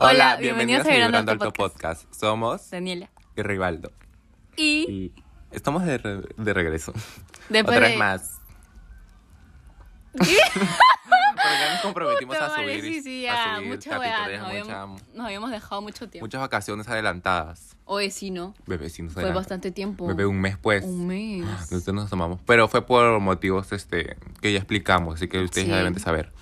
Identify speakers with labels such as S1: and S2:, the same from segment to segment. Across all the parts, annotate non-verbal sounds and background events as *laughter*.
S1: Hola,
S2: Hola,
S1: bienvenidos,
S2: bienvenidos
S1: a
S2: a
S1: Vibrando
S2: Vibrando
S1: Alto
S2: Alto
S1: Podcast. Somos
S2: Daniela.
S1: y Rivaldo.
S2: Y
S1: Y estamos de, re- de regreso.
S2: después
S1: Otra
S2: de-
S1: vez más. *laughs* Porque ya nos comprometimos a
S2: Tomar,
S1: subir,
S2: sí, sí,
S1: a
S2: ya,
S1: subir
S2: mucha
S1: capítulos,
S2: weá, nos,
S1: mucha-
S2: habíamos, nos habíamos dejado mucho tiempo.
S1: muchas vacaciones adelantadas.
S2: Hoy sí, ¿no?
S1: Bebé, sí nos
S2: Fue
S1: adelanta.
S2: bastante tiempo.
S1: Bebé, un mes pues.
S2: Un mes.
S1: Nosotros nos tomamos. Pero fue por motivos este, que ya explicamos, así que ustedes
S2: Sí.
S1: ya deben de saber.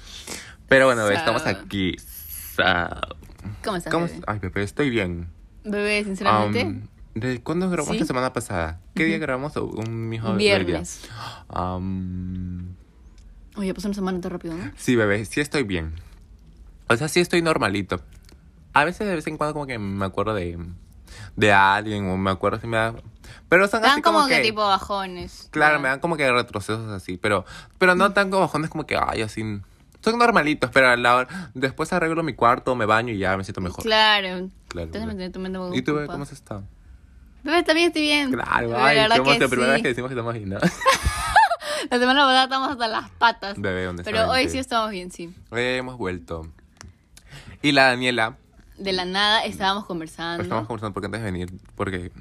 S1: Pero bueno,
S2: Sab.
S1: estamos aquí. Sab.
S2: ¿Cómo estás,
S1: ¿Cómo Um,
S2: bebé?
S1: es- Ay, Pepe, estoy bien.
S2: Bebé, sinceramente,
S1: Am, ¿de ¿Cuándo grabamos
S2: Sí.
S1: la semana pasada? ¿Qué día grabamos? Un mijo del día.
S2: viernes.
S1: Am,
S2: Oye, pasó una semana tan rápido, ¿no?
S1: sí, bebé, sí estoy bien. O sea, sí estoy normalito. A veces de vez en cuando como que me acuerdo de, de alguien o me acuerdo si me da... Pero son
S2: Dan
S1: así como,
S2: como que tipo ah. bajones.
S1: Claro,
S2: Ya.
S1: me dan como que retrocesos así, pero, pero
S2: Mm.
S1: no tan como bajones como que, ay, así... Son normalitos, pero a la hora- después arreglo mi cuarto, me baño y ya me siento mejor.
S2: Claro.
S1: Claro,
S2: Entonces me
S1: bebé.
S2: tenés tu mente muy
S1: ¿Y tú, bebé,
S2: ocupada.
S1: cómo has estado?
S2: *laughs* Bebé, también estoy bien.
S1: Claro,
S2: Bebé,
S1: ay,
S2: la verdad
S1: somos
S2: que
S1: la primera vez
S2: sí.
S1: que decimos que estamos ahí, ¿no?
S2: La semana pasada estamos hasta las patas.
S1: Bebé, ¿dónde
S2: Pero hoy sí estamos bien, sí.
S1: Hoy hemos vuelto. Y la Daniela, pues,
S2: De la nada estábamos conversando.
S1: estamos conversando porque antes de venir, porque...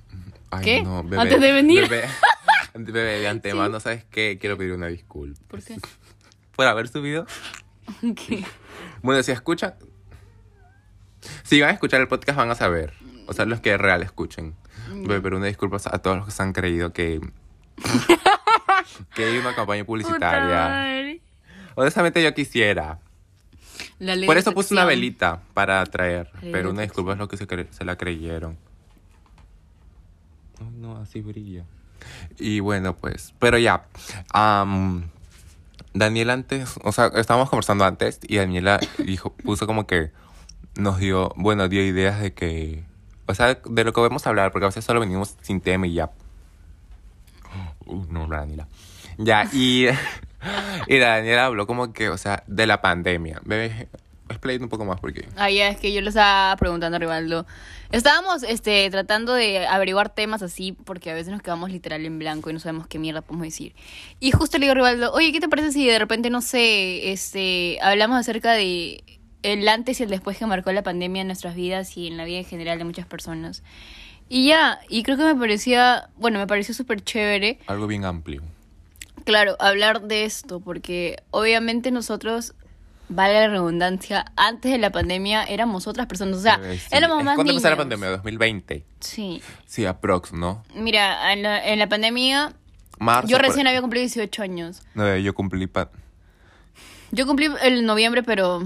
S1: Ay,
S2: ¿Qué?
S1: no, bebé.
S2: ¿Antes de venir? *laughs*
S1: Bebé, bebé, de antemano, ¿sabes qué? Quiero pedir una disculpa. *laughs*
S2: ¿Por qué?
S1: Por haber subido.
S2: ¿Qué?
S1: Bueno, si escuchan... Si van a escuchar el podcast van a saber. O sea, los que real escuchen.
S2: Mm.
S1: Bebé, pero una disculpa a todos los que se han creído
S2: *laughs*
S1: que... que hay una campaña
S2: Puta
S1: publicitaria.
S2: madre.
S1: Honestamente yo quisiera.
S2: La ley
S1: Por
S2: de
S1: eso puse una
S2: atracción.
S1: velita para atraer.
S2: Ley de
S1: Pero una disculpa es lo que se, cre- se la creyeron. Ay, no, así brilla. Y bueno, pues. Pero ya. am, Daniela antes. O sea, estábamos conversando antes. Y Daniela dijo, puso como que. Nos dio. Bueno, dio ideas de que. O sea, de lo que vamos a hablar. Porque a veces solo venimos sin tema y ya.
S2: Oh.
S1: Uh, no, la Daniela. Ya, y, *laughs* y la Daniela habló como que, o sea, de la pandemia. Bebé, explícate un poco más porque...
S2: Ah, ya, es que yo le estaba preguntando a Rivaldo. Estábamos este, tratando de averiguar temas así, porque a veces nos quedamos literal en blanco y no sabemos qué mierda podemos decir. Y justo le digo a Rivaldo, oye, ¿qué te parece si de repente, no sé, este, hablamos acerca de el antes y el después que marcó la pandemia en nuestras vidas y en la vida en general de muchas personas? Y ya, y creo que me parecía, bueno, me pareció súper chévere.
S1: Algo bien amplio.
S2: Claro, hablar de esto, porque obviamente nosotros, vale la redundancia, antes de la pandemia éramos otras personas, o sea,
S1: Bebé, Eh, sí.
S2: éramos más
S1: ¿Cuándo
S2: niños.
S1: empezó la pandemia? 2020.
S2: Sí,
S1: Sí, aprox, ¿no?
S2: mira, en la, en la pandemia
S1: Marzo.
S2: yo recién
S1: por-
S2: había cumplido 18 años.
S1: No, bebé, yo cumplí... pa-
S2: Yo cumplí el noviembre, pero,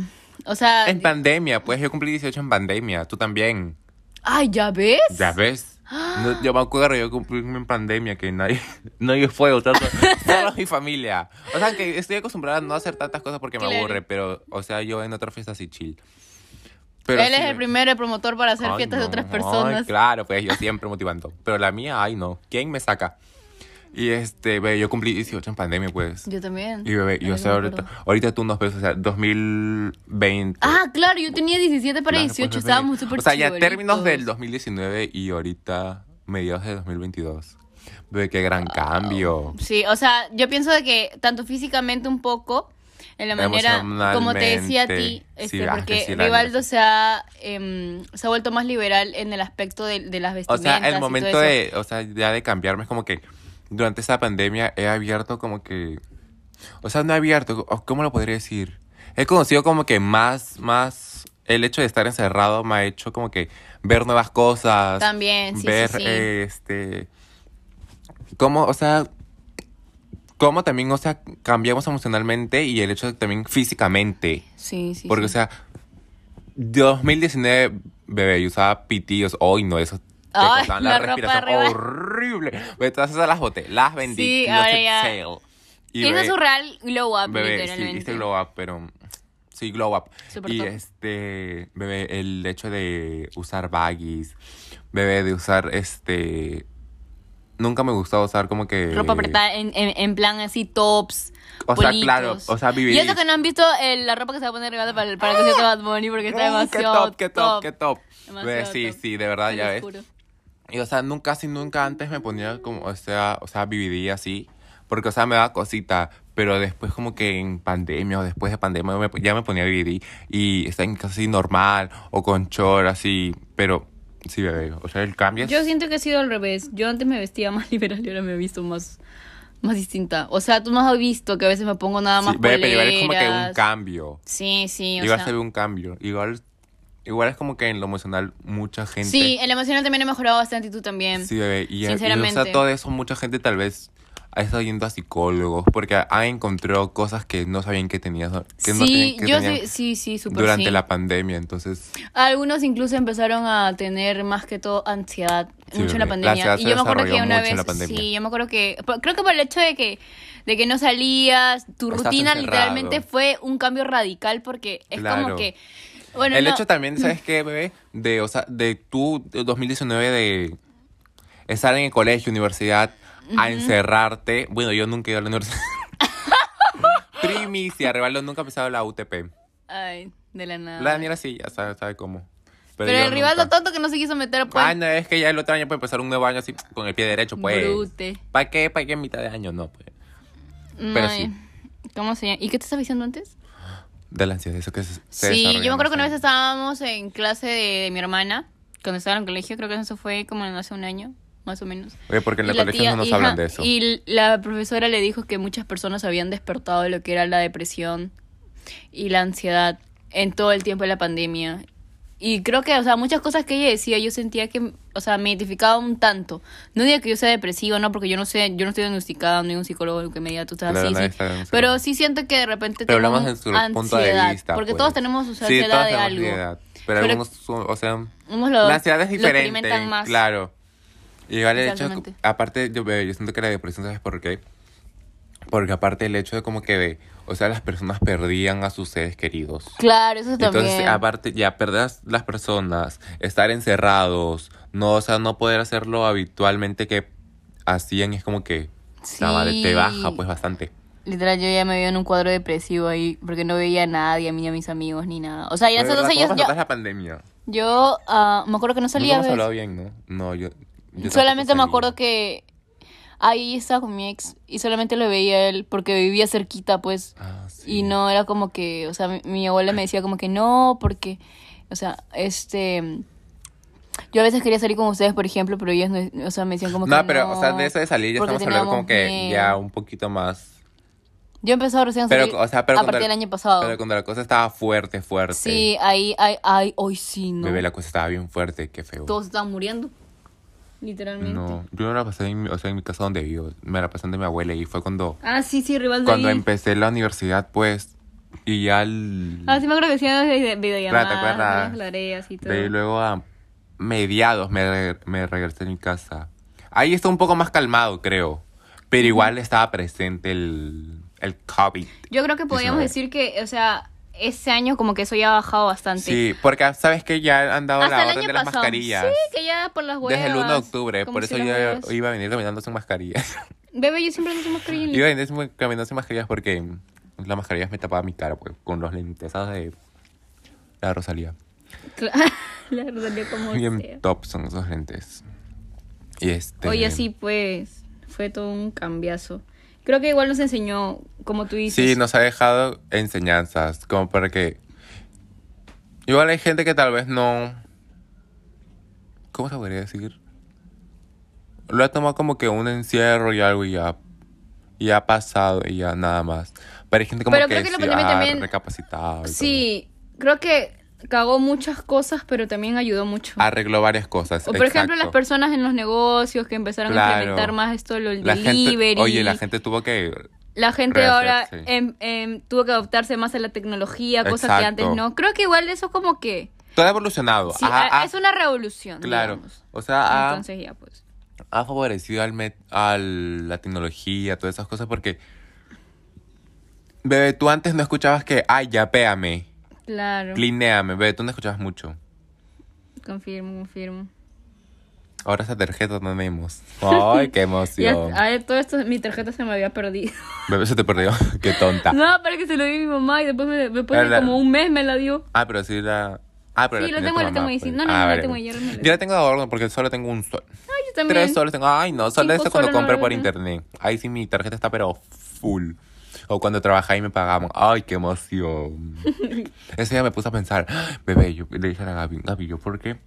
S2: o sea...
S1: En pandemia, pues yo cumplí 18 en pandemia. Tú también.
S2: ¡Ay, ya ves!
S1: Ya ves. No, yo me acuerdo, yo cumplí en pandemia que nadie, *laughs* nadie fue, o sea, solo mi familia. O sea, que estoy acostumbrada a no hacer tantas cosas porque me
S2: Claro.
S1: aburre, pero, o sea, yo en otra fiesta así chill.
S2: Él
S1: sí
S2: es
S1: me-
S2: el primer promotor para hacer
S1: Ay,
S2: fiestas de
S1: no,
S2: otras
S1: ay,
S2: personas.
S1: claro, pues yo siempre motivando. Pero la mía, ay no, ¿quién me saca? Y este, ve, yo cumplí 18 en pandemia, pues.
S2: Yo también.
S1: Y bebé, yo
S2: Ahora que
S1: sé
S2: me
S1: ahorita,
S2: acuerdo.
S1: ahorita tú nos ves, o sea, 2020.
S2: Ah, claro, yo tenía 17 para
S1: Claro,
S2: 18,
S1: pues, bebé.
S2: estábamos súper
S1: O sea, ya términos
S2: chibolitos.
S1: del 2019 y ahorita mediados de 2022. Bebé, qué gran cambio.
S2: Sí, o sea, yo pienso de que tanto físicamente un poco, en la manera,
S1: Emocionalmente.
S2: como te decía a ti,
S1: Sí,
S2: este,
S1: ah,
S2: porque
S1: sí, la
S2: Rivaldo se ha, em, se ha vuelto más liberal en el aspecto de, de las
S1: O
S2: vestimentas.
S1: sea,
S2: y
S1: el
S2: todo
S1: momento
S2: eso.
S1: de, o sea, ya de cambiarme es como que durante esta pandemia he abierto como que, o sea, no he abierto, o- ¿cómo lo podría decir? He conocido como que más, más, el hecho de estar encerrado me ha hecho como que ver nuevas cosas.
S2: También, sí, sí,
S1: Ver,
S2: sí.
S1: eh, este, cómo, o sea, cómo también, o sea, cambiamos emocionalmente y el hecho de también físicamente.
S2: Sí, sí.
S1: Porque,
S2: sí.
S1: o sea, 2019, bebé, yo usaba pitillos. Hoy no, eso. Te
S2: Ay,
S1: cortaban
S2: la
S1: la,
S2: ropa
S1: respiración
S2: arriba.
S1: horrible. Bebé, todas esas las boté, las vendí.
S2: Sí,
S1: y
S2: ahora
S1: hice
S2: ya.
S1: sale. Y
S2: Hizo
S1: bebé,
S2: su real glow up,
S1: bebé, sí,
S2: literalmente.
S1: hice glow up, pero. Sí, glow up.
S2: Super
S1: y
S2: top.
S1: este, bebé, el hecho de usar baggies, bebé, de usar este. Nunca me gustaba usar como que.
S2: Ropa apretada en, en, en plan así tops.
S1: O sea,
S2: politos.
S1: claro, o sea, vivir-
S2: Y eso que no han visto eh, la ropa que se va a poner Rivaldo para, el- para el concierto de Bad Bunny porque está
S1: ¡Uh,
S2: demasiado
S1: ¡Qué top, qué top, qué top!
S2: Demasiado
S1: Bebé, sí,
S2: top.
S1: sí, de verdad,
S2: Te
S1: ya
S2: lo
S1: ves.
S2: juro.
S1: Y o sea, nunca, casi nunca antes me ponía como, o sea, o sea, viviría así. Porque, o sea, me daba cosita. Pero después como que en pandemia o después de pandemia me- ya me ponía a vivir y, está en casi normal o con chor así, pero sí, bebé, o sea, el cambio es...
S2: Yo siento que ha sido al revés. Yo antes me vestía más *laughs* liberal y ahora me he visto más, más distinta. O sea, tú no has visto que a veces me pongo nada más
S1: sí, bebé, pero igual es como que un
S2: poleras.
S1: cambio.
S2: Sí, sí, o
S1: Igual
S2: sea.
S1: se ve un cambio. Igual, igual es como que en lo emocional mucha gente...
S2: Sí, el emocional también he mejorado bastante y tú también.
S1: Sí, bebé. Y, y, o
S2: Sinceramente.
S1: sea, todo eso, mucha gente tal vez ha estado yendo a psicólogos porque ha encontrado cosas que no sabían que tenías. Que no
S2: Sí,
S1: tenían- que
S2: yo
S1: tenían
S2: sí, sí, sí, súper
S1: durante
S2: sí.
S1: la pandemia, entonces.
S2: Algunos incluso empezaron a tener más que todo ansiedad
S1: Sí,
S2: mucho en la
S1: bebé. La
S2: pandemia.
S1: ansiedad
S2: y
S1: se
S2: yo me acuerdo que
S1: desarrolló
S2: una
S1: mucho en
S2: vez,
S1: la pandemia.
S2: sí, yo me acuerdo que, por- creo que por el hecho de que, de que no salías, tu
S1: Estás
S2: rutina
S1: encerrado.
S2: literalmente fue un cambio radical porque es como
S1: Claro.
S2: que, bueno,
S1: el
S2: no, Mm.
S1: hecho también, ¿sabes qué, bebé? De, o sea, de tú, de 2019, de estar en el colegio, universidad, a encerrarte. Bueno, yo nunca he ido a la universidad. *laughs* Primicia, Rivaldo nunca ha pisado la UTP.
S2: ay, de la nada.
S1: La Daniela sí, ya sabe, sabe cómo.
S2: Pero,
S1: yo
S2: el rival
S1: nunca.
S2: tonto que no se quiso meter pues.
S1: Ah, no, es que ya el otro año puede empezar un nuevo año así con el pie derecho, pues.
S2: Brute.
S1: ¿Para qué? ¿Para qué en mitad de año? No, pues.
S2: No,
S1: pero sí.
S2: ¿Cómo se llama? ¿Y qué te estaba diciendo antes?
S1: De la ansiedad, eso que se, se
S2: Sí, yo me
S1: desarrolla
S2: acuerdo que una vez
S1: más
S2: estábamos en clase de, de mi hermana, cuando estaba en el colegio, creo que eso fue como en hace un año, más o menos.
S1: ahí. Oye, porque en
S2: Y
S1: el
S2: la
S1: colegio
S2: tía-
S1: no nos
S2: hija-
S1: hablan de eso.
S2: Y l- la profesora le dijo que muchas personas habían despertado de lo que era la depresión y la ansiedad en todo el tiempo de la pandemia. Y creo que, o sea, muchas cosas que ella decía, yo sentía que, o sea, me identificaba un tanto. No digo que yo sea depresiva, no, porque yo no sé, yo no estoy diagnosticada, no hay un psicólogo que me diga tú estás
S1: Claro,
S2: así.
S1: nadie
S2: sí.
S1: está diagnosticado.
S2: Pero sí siento que de repente
S1: Pero
S2: tengo
S1: hablamos en su
S2: ansiedad,
S1: punto de vista.
S2: porque
S1: pues.
S2: todos tenemos o sea,
S1: Sí,
S2: ansiedad
S1: todos
S2: de
S1: tenemos
S2: algo.
S1: ansiedad, Pero, algunos, son- o sea,
S2: unos lo-
S1: la ansiedad es
S2: lo
S1: diferente.
S2: experimentan más.
S1: Claro. Y vale el hecho,
S2: Totalmente.
S1: aparte, yo, yo siento que la depresión, ¿sabes por qué? Porque aparte el hecho de como que de, o sea, las personas perdían a sus seres queridos.
S2: Claro, eso también.
S1: Entonces, aparte, ya perder a las personas, estar encerrados, no, o sea, no poder hacerlo habitualmente que hacían, es como que
S2: Sí.
S1: la madre te baja, pues bastante.
S2: Literal, yo ya me veía en un cuadro depresivo ahí, porque no veía a nadie, a mí ni a mis amigos, ni nada. O sea, ya hace
S1: Pero,
S2: dos
S1: ¿verdad?
S2: años
S1: ¿Cómo
S2: yo,
S1: pasaste la pandemia?
S2: yo ah, me acuerdo que no salía
S1: Nunca
S2: a
S1: hemos
S2: veces.
S1: hablado bien, ¿no? No, yo. yo tampoco
S2: solamente me
S1: salía.
S2: acuerdo que ahí estaba con mi ex y solamente lo veía él porque vivía cerquita, pues.
S1: Ah, sí.
S2: Y no era como que, o sea, mi, mi abuela me decía como que no, porque, o sea, este... Yo a veces quería salir con ustedes, por ejemplo, pero ellos, no, o sea, me decían como que
S1: No, pero, o sea, de eso de salir ya
S2: porque
S1: estamos hablando como que
S2: teníamos
S1: ya
S2: miedo".
S1: un poquito más.
S2: Yo empezaba recién a
S1: Pero,
S2: salir
S1: o sea, pero
S2: a
S1: cuando
S2: partir del
S1: la-
S2: año pasado.
S1: Pero cuando la cosa estaba fuerte, fuerte.
S2: Sí, ahí, ay, ay, hoy sí, ¿no?
S1: Bebé, la cosa estaba bien fuerte, qué feo.
S2: Todos estaban muriendo, literalmente.
S1: No, yo no la pasé en, mi- o sea, en mi casa donde vivo. Me la pasé de mi abuela y fue cuando,
S2: Ah, sí, sí, rival de
S1: cuando
S2: ahí.
S1: empecé la universidad, pues. Y ya el-
S2: Ah, sí me acuerdo que hacían vide-
S1: Claro, ¿te
S2: videollamadas,
S1: acuerdas?
S2: hacían las tareas y todo.
S1: de ahí luego a mediados me, re- me regresé a mi casa. Ahí está un poco más calmado, creo. Pero igual estaba presente el, el COVID.
S2: Yo creo que podríamos
S1: 19.
S2: decir que, o sea, ese año como que eso ya ha bajado bastante.
S1: Sí, porque sabes que ya han dado
S2: Hasta
S1: la
S2: el
S1: orden
S2: año
S1: de las
S2: pasado. Sí,
S1: mascarillas.
S2: que ya por las huevas.
S1: Desde el 1 de octubre,
S2: como
S1: por
S2: si
S1: eso yo
S2: las huevas.
S1: iba a venir caminando sin mascarilla.
S2: Bebé, yo siempre uso mascarilla en
S1: Iba
S2: *laughs*
S1: a venir caminando sin mascarillas porque las mascarillas me tapaban mi cara pues, con los lentezas de la Rosalía.
S2: Cla- La verdad, como
S1: Bien
S2: sea.
S1: top son esos lentes. Y este.
S2: Oye, sí, pues, fue todo un cambiazo. Creo que igual nos enseñó, como tú dices.
S1: Sí, nos ha dejado enseñanzas, como para que. Igual hay gente que tal vez no. ¿Cómo se podría decir? Lo ha tomado como que un encierro y algo y ya. Y ha pasado y ya nada más. Pero hay gente como
S2: Pero
S1: que,
S2: creo que la
S1: sí
S2: pandemia
S1: ha
S2: también-
S1: recapacitado. y
S2: Sí, creo que cagó muchas cosas, pero también ayudó mucho.
S1: todo. Arregló varias cosas.
S2: o por ejemplo, las
S1: Ah, exacto.
S2: personas en los negocios que empezaron a
S1: Claro.
S2: implementar más esto, lo del
S1: La
S2: delivery.
S1: gente, oye, la gente tuvo que.
S2: La gente ahora
S1: Rehacerse.
S2: em- em, tuvo que adaptarse más a la tecnología, cosas que
S1: Exacto.
S2: antes no. Creo que igual eso como que...
S1: Todo ha evolucionado.
S2: sí,
S1: Ha-
S2: a-
S1: ha-
S2: es una revolución.
S1: ah. Claro. Ah.
S2: digamos.
S1: O sea, ha-
S2: Entonces ya pues.
S1: ha favorecido al met a la tecnología, todas esas cosas, porque, bebé, tú antes no escuchabas que, ay, yapéame,
S2: Claro.
S1: clineame, bebé, tú no escuchabas mucho.
S2: Confirmo, confirmo.
S1: Ahora esa tarjeta no tenemos. Ay, qué
S2: *laughs* Ya,
S1: emoción.
S2: a ver, todo esto, mi tarjeta se me había perdido.
S1: Bebé, se te perdió. *laughs* qué tonta.
S2: *laughs* No, para que se lo di a mi mamá y después, me, después de
S1: Pero la-
S2: como un mes me la dio.
S1: Ah, pero sí la... Ah, pero
S2: Sí,
S1: la
S2: lo
S1: tenía
S2: tengo,
S1: tu
S2: lo tengo
S1: mamá,
S2: ahí, sí.
S1: pues.
S2: No, no, no, lo tengo ahí,
S1: bebé.
S2: ya me lo-
S1: Yo la tengo de orden porque solo tengo un sol.
S2: Ay, yo también.
S1: Tres soles tengo. Ay, no, solo
S2: Cinco
S1: eso cuando
S2: soles,
S1: compré
S2: no,
S1: por
S2: no.
S1: internet. Ahí sí mi tarjeta está pero full. O cuando trabajaba y me pagaban. ¡Ay, qué
S2: *laughs*
S1: emoción! Ese día me puse a pensar, "Ah, bebé, yo le dije a la Gaby, Gaby, ¿yo por qué?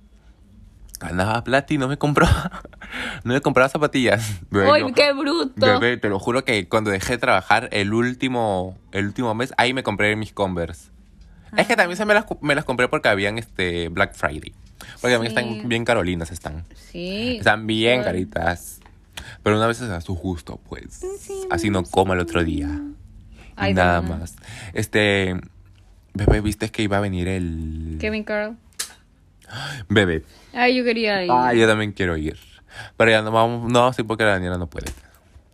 S1: Ganaba plata y no me compraba, *laughs* no me compraba zapatillas. *laughs* Bebé,
S2: ¡Uy,
S1: yo-
S2: qué bruto!
S1: Bebé, te lo juro que cuando dejé de trabajar el último, el último mes, ahí me compré mis Converse. Es
S2: Ah.
S1: que también se me las, cu- me las compré porque habían este Black Friday. Porque también
S2: Sí.
S1: están bien carolinas, están.
S2: Sí.
S1: Están bien
S2: Ay.
S1: caritas. Pero una vez es a su gusto, pues. Así no coma el otro día.
S2: Ay,
S1: y nada
S2: no.
S1: más. Este, bebé, viste que iba a venir el...
S2: Kevin Carl.
S1: Bebé.
S2: Ay, yo quería ir.
S1: Ah, yo también quiero ir. Pero ya no vamos, no, sí, porque la Daniela no puede.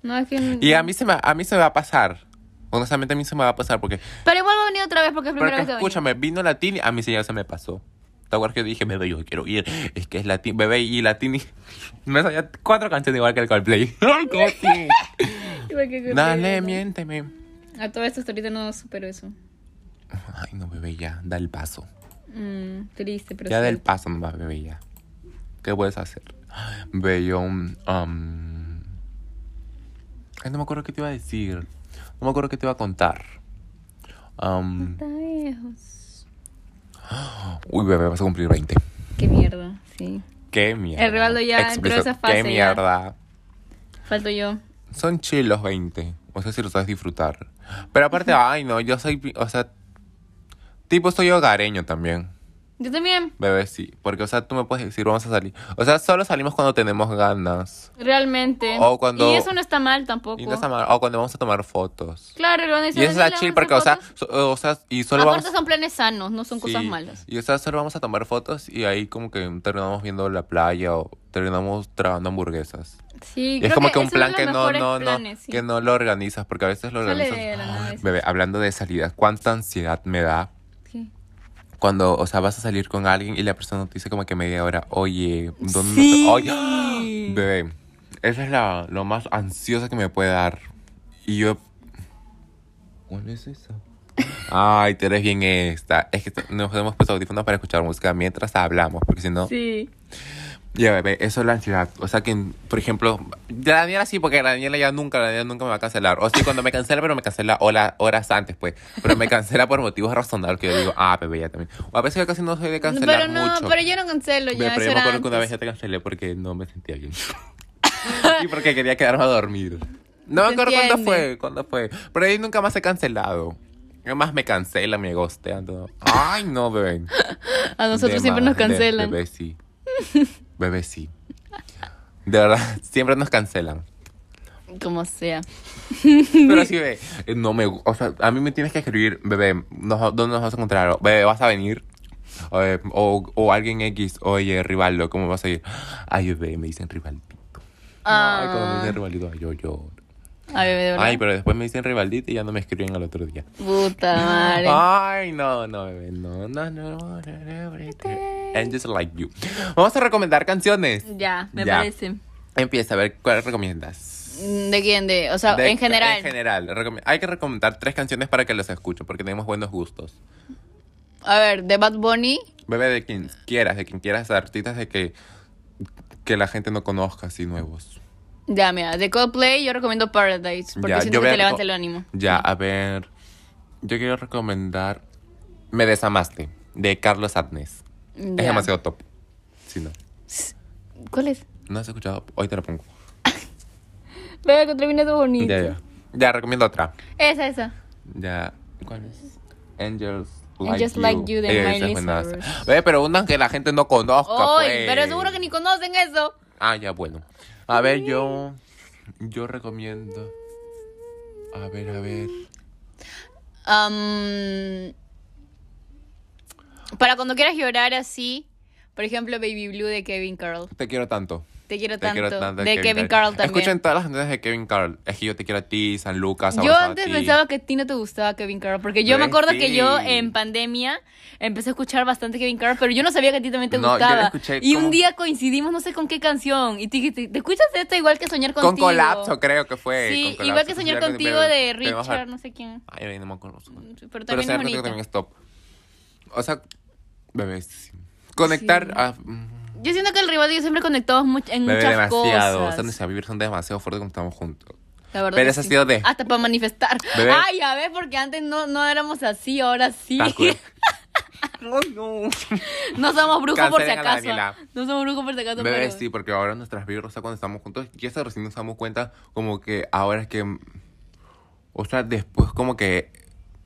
S2: No, es que...
S1: Y a mí se me, a mí se me va a pasar. Honestamente a mí se me va a pasar porque...
S2: Pero igual va a venir otra vez porque es primera
S1: Porque
S2: vez que va a venir.
S1: escúchame, vino Latini, a mí sí ya se me pasó. ¿Te acuerdas que yo dije, bebé, yo quiero ir? Es que es Latini, bebé y Latini. *laughs* Me salía cuatro canciones igual que el Coldplay. *laughs* Ay, ¿cómo así?
S2: Igual que-
S1: Dale, miénteme.
S2: A todo esto hasta ahorita no supero eso.
S1: Ay, no, bebé, ya, da el paso.
S2: Mm, triste, pero...
S1: Ya
S2: sí.
S1: da el paso nomás, bebé, ya. ¿Qué puedes hacer? Bello, um, ay, no me acuerdo qué te iba a decir. No me acuerdo qué te iba a contar. Um,
S2: Está lejos.
S1: uy, bebé, vas a cumplir 20.
S2: Qué mierda, sí.
S1: Qué mierda.
S2: El Rivaldo ya entró a esa fase,
S1: Qué
S2: ya.
S1: mierda.
S2: Falto yo.
S1: Son chill los 20. O sea, si lo sabes disfrutar. Pero aparte, ay, no, yo soy, pi- o sea, tipo soy hogareño también.
S2: Yo también.
S1: Bebé, sí. Porque, o sea, tú me puedes decir, vamos a salir. O sea, solo salimos cuando tenemos ganas.
S2: Realmente.
S1: O cuando-
S2: Y eso no está mal tampoco.
S1: Y no está mal. O cuando vamos a tomar fotos.
S2: Claro, lo van a decir,
S1: Y eso
S2: "Daniela,
S1: está chill
S2: vamos
S1: porque,
S2: a
S1: o sea,
S2: fotos".
S1: so- o sea, y solo
S2: Aparte
S1: vamos...
S2: son planes sanos, no son cosas
S1: sí,
S2: malas.
S1: Y o sea, solo vamos a tomar fotos y ahí como que terminamos viendo la playa o terminamos tragando hamburguesas.
S2: Sí,
S1: Y
S2: creo
S1: es como que, un
S2: esos son
S1: plan que
S2: los
S1: no,
S2: mejores
S1: no, no,
S2: planes, sí.
S1: que no lo organizas, porque a veces lo
S2: Sale
S1: organizas.
S2: de la nada eso.
S1: Bebé, hablando de salidas, cuánta ansiedad me da
S2: Sí.
S1: cuando, o sea, vas a salir con alguien y la persona te dice como que media hora, oye, ¿dónde
S2: Sí.
S1: nos- oye, *gasps* ¡ah! Bebé, eso es la, lo más ansiosa que me puede dar. Y yo... ¿Cuál es esa? Ay, tú eres bien esta. Es que nos hemos puesto audífonos para escuchar música mientras hablamos, porque si no...
S2: Sí.
S1: Ya, bebé, eso es la ansiedad. O sea, que, por ejemplo, de la Daniela sí, porque la Daniela ya nunca, la Daniela nunca me va a cancelar. O sí, cuando me cancela, pero me cancela hola- horas antes, pues. Pero me cancela por motivos razonables, que yo digo, ah, bebé, ya también. O a veces yo casi no soy de cancelar
S2: Pero no,
S1: mucho.
S2: pero yo no cancelo
S1: Bebé,
S2: ya.
S1: pero
S2: eso
S1: yo me
S2: era
S1: acuerdo que una vez
S2: antes.
S1: ya te cancelé porque no me sentía bien. *laughs* y porque quería quedarme a dormir. No me
S2: Se
S1: acuerdo cuándo
S2: entiende.
S1: fue, cuándo fue. Pero ahí nunca más he cancelado. Además me cancela, me gostean todo. Ay, no, bebé.
S2: A nosotros
S1: De
S2: siempre
S1: más,
S2: nos
S1: de-
S2: cancelan.
S1: bebé sí. Bebé sí. De verdad, siempre nos cancelan.
S2: Como sea.
S1: Pero sí, bebé, eh, no me... gu- O sea, a mí me tienes que escribir, bebé, nos- ¿dónde nos vas a encontrar? O, Bebé, ¿vas a venir? O, eh, o- o alguien X, oye, Rivaldo, ¿cómo vas a ir? Ay, bebé, me dicen Rivaldito. Ay, cuando me
S2: Ah,
S1: dicen Rivaldito, ay, yo lloro.
S2: ay, bebé, de verdad.
S1: Ay, pero después me dicen Rivaldito y ya no me escriben al otro día.
S2: Puta madre.
S1: Ah. Ay, no, no, bebé, no, no, no, no, no, no, bebé. And just like you. Vamos a recomendar canciones.
S2: Ya, me
S1: Ya.
S2: parece.
S1: Empieza a ver cuál recomiendas.
S2: Mm, ¿De quién? De, o sea,
S1: De-
S2: en general.
S1: En general. recome- Hay que recomendar tres canciones para que las escuchen porque tenemos buenos gustos.
S2: A ver, de Bad Bunny.
S1: Bebe de quien quieras, de quien quieras, artistas de que, que la gente no conozca así nuevos.
S2: Ya, mira, de Coldplay yo recomiendo Paradise. Porque
S1: Ya,
S2: siento
S1: yo
S2: que
S1: voy
S2: te
S1: a
S2: levanta
S1: reco-
S2: el ánimo.
S1: Ya, a ver. Yo quiero recomendar Me Desamaste de Carlos Adnes.
S2: Ya.
S1: Es demasiado top. Si no,
S2: ¿Cuál es?
S1: no has escuchado, hoy te lo pongo.
S2: Vea que termina todo bonito.
S1: Ya, ya. Ya, recomiendo otra.
S2: Esa, esa.
S1: Ya, ¿cuál es? Angels
S2: And Just Like You de
S1: Ey, esa es
S2: Miley
S1: buenaza.
S2: Cyrus.
S1: Oye, pero una que la gente no conozca, pues.
S2: Ay, pero seguro que ni conocen eso.
S1: Ah, ya, bueno. A ver, yo...
S2: Mm.
S1: Yo recomiendo... A ver, a ver...
S2: Am, para cuando quieras llorar así, por ejemplo, Baby Blue de Kevin Carl.
S1: Te quiero tanto.
S2: Te quiero
S1: Te
S2: tanto.
S1: quiero tanto.
S2: de Kevin Carl también.
S1: Escuchen todas las canciones de Kevin Carl. Es que yo te quiero a ti, San Lucas,
S2: yo
S1: Abrazado a
S2: antes
S1: ti.
S2: pensaba que a ti no te gustaba Kevin Carl, porque yo
S1: Pues
S2: me acuerdo que
S1: sí.
S2: yo en pandemia empecé a escuchar bastante Kevin Carl, pero yo no sabía que a ti también te
S1: No, yo la
S2: gustaba.
S1: escuché
S2: y un
S1: como-
S2: día coincidimos, no sé con qué canción, y te dijiste, ¿te escuchas esta igual que Soñar
S1: Con
S2: Contigo?
S1: Colapso, creo que fue.
S2: Sí,
S1: con
S2: igual
S1: Colapso.
S2: que Soñar
S1: Mira,
S2: Contigo
S1: pero-
S2: de
S1: pero vamos a-
S2: Richard, no sé quién.
S1: Ay, bebé, no me acuerdo.
S2: Pero
S1: Pero
S2: también es
S1: San Francisco
S2: bonito.
S1: también es top. O sea, bebés. Conectar a. mm,
S2: Yo siento que el rival y yo siempre conectados mucho en
S1: Bebé
S2: muchas
S1: demasiado. O sea,
S2: cosas.
S1: nuestras vibras son demasiado fuertes cuando estamos juntos.
S2: La verdad
S1: Pero
S2: que
S1: eso ha
S2: sí.
S1: sido de-
S2: Hasta para manifestar.
S1: Bebé.
S2: Ay, a ver, porque antes no, no éramos así, ahora sí.
S1: ¿Estás
S2: *laughs*
S1: cura- No, no.
S2: No somos brujos por si
S1: Cancelen a
S2: acaso.
S1: Daniela.
S2: No somos brujos por si acaso.
S1: Bebé,
S2: pero-
S1: sí, porque ahora nuestras vibras, o sea, cuando estamos juntos, ya se recién nos damos cuenta como que ahora es que... O sea, después como que...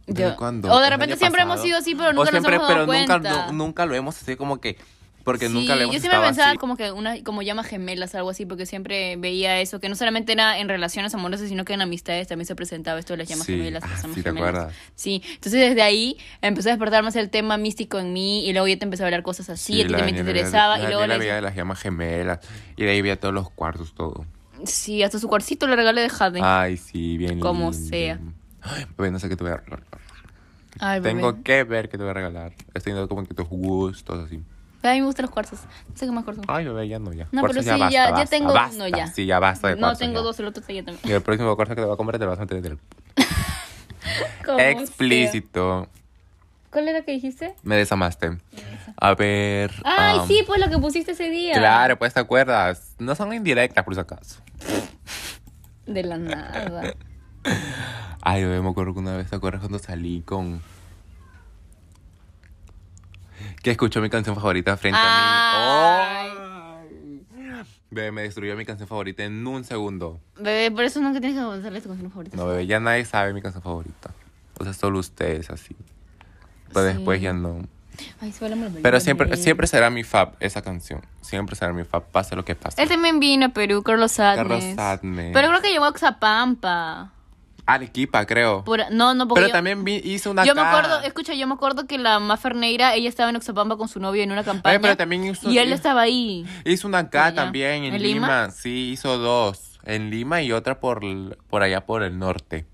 S1: ¿desde
S2: Yo-
S1: cuándo?
S2: o de
S1: ¿El
S2: repente
S1: año
S2: siempre hemos
S1: pasado?
S2: sido así, pero
S1: O
S2: nunca nos
S1: siempre,
S2: hemos dado
S1: pero nunca,
S2: cuenta.
S1: nu- nunca lo hemos así como que... Porque
S2: Sí,
S1: nunca lo hemos
S2: yo siempre
S1: estado
S2: pensaba
S1: así.
S2: como que una como llamas gemelas algo así porque siempre veía eso que no solamente era en relaciones amorosas sino que en amistades también se presentaba esto de las llamas
S1: Sí,
S2: gemelas
S1: ah,
S2: las llamas
S1: sí, te
S2: gemelas.
S1: acuerdas.
S2: sí entonces desde ahí empezó a despertar más el tema místico en mí y luego yo te empecé a hablar cosas así a ti
S1: la
S2: también te
S1: Daniela-
S2: interesaba
S1: la
S2: y luego
S1: Daniela
S2: le
S1: veía las llamas gemelas y de ahí veía todos los cuartos, todo.
S2: sí hasta su cuarcito le regalé de Jade
S1: Ay, sí, bien
S2: Como
S1: lindo.
S2: sea.
S1: Ay, bebé, no sé qué te voy a regalar.
S2: Ay, bebé.
S1: Tengo que ver qué te voy a regalar. Estoy viendo como que tus gustos, así.
S2: a mí me gustan los cuarzos no sé qué más cuarzos
S1: Ay, bebé, ya no, ya.
S2: No,
S1: Cuarzos
S2: pero sí, ya- ya tengo uno,
S1: basta.
S2: ya.
S1: Sí, ya basta de
S2: no
S1: cuarzos,
S2: tengo
S1: ya.
S2: dos el otro está ya *laughs* también
S1: Y el próximo cuarzo que te voy a comprar te lo vas a meter en el...
S2: Como sea.
S1: Explícito.
S2: ¿cuál era que dijiste?
S1: Me desamaste. A ver...
S2: Ay,
S1: am,
S2: sí, pues lo que pusiste ese día.
S1: Ah, um, Claro, pues te acuerdas. No son indirectas, por si acaso.
S2: De
S1: *laughs*
S2: la nada.
S1: Ay, bebé, me acuerdo que una vez, ¿te acuerdas cuando salí con... Que escuchó mi canción favorita frente a mí. Ay. Bebé, me destruyó mi canción favorita en un segundo.
S2: Bebé, por eso nunca tienes que contestarle tu canción favorita.
S1: No, bebé, ya nadie sabe mi canción favorita. O sea, solo ustedes, así. Pero
S2: Sí.
S1: después ya no.
S2: Ay, se vuelve
S1: Pero siempre, siempre será mi fab, esa canción. Siempre será mi fab, pase lo que pase.
S2: Él también vino a Perú, Carlos Sadness.
S1: Carlos Sadness.
S2: Pero creo que llegó a Oxapampa.
S1: Arequipa, creo.
S2: Por- no, no, porque
S1: Pero
S2: Pues, yo,
S1: también vi- hizo una
S2: yo me
S1: acá.
S2: acuerdo, escucha, yo me acuerdo que la Ma Ferneira, ella estaba en Oxapampa con su novio en una campaña.
S1: pero también hizo-
S2: Y él estaba ahí.
S1: Hizo una acá
S2: Allá.
S1: también en,
S2: ¿En Lima?
S1: Lima? Sí, hizo dos. En Lima y otra por, l- por allá por el norte.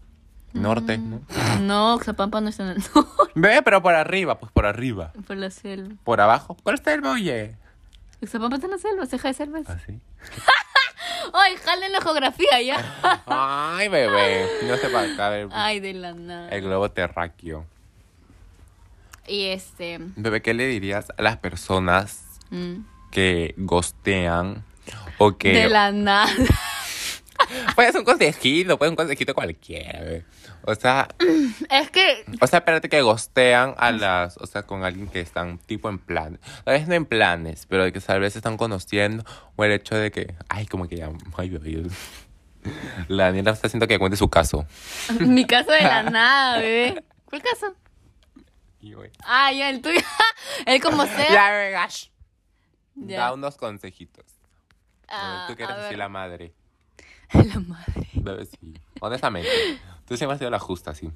S1: Norte,
S2: Mm.
S1: ¿no?
S2: No, Oxapampa no está en el *laughs* norte,
S1: Ve, pero por arriba, pues por arriba.
S2: por la selva.
S1: Por abajo. ¿Cuál está el muelle?
S2: Oxapampa está en la selva, ceja de selva.
S1: Así.
S2: Ay, jalen la geografía
S1: *laughs*
S2: ya.
S1: *laughs* Ay, bebé. No sé para acá. el-
S2: Ay, de la nada.
S1: El globo terráqueo.
S2: Y este.
S1: Bebé, ¿qué le dirías a las personas
S2: mm,
S1: que gostean o que...
S2: De la nada. *laughs*
S1: Pues un consejito, pues un consejito cualquiera, bebé. O sea,
S2: Es que *laughs*
S1: O sea, espérate que gostean a las, o sea, con alguien que están tipo en plan, tal vez no en planes, pero de que tal vez se están conociendo, o el hecho de que, ay, como que ya, ay, bebé. *laughs* La Daniela está haciendo que cuente su caso.
S2: Mi caso de
S1: *laughs*
S2: la nada, bebé. ¿Cuál caso?
S1: Y yo,
S2: Ah, ya, el tuyo. *laughs* El como sea.
S1: Ya, bebé, gash.
S2: ¿Eh? Ya.
S1: Da unos consejitos.
S2: Ah,
S1: Tú que
S2: a
S1: eres así
S2: ver.
S1: la madre.
S2: *laughs* La madre.
S1: Bebé, sí. Honestamente, tú siempre has sido la justa, sí.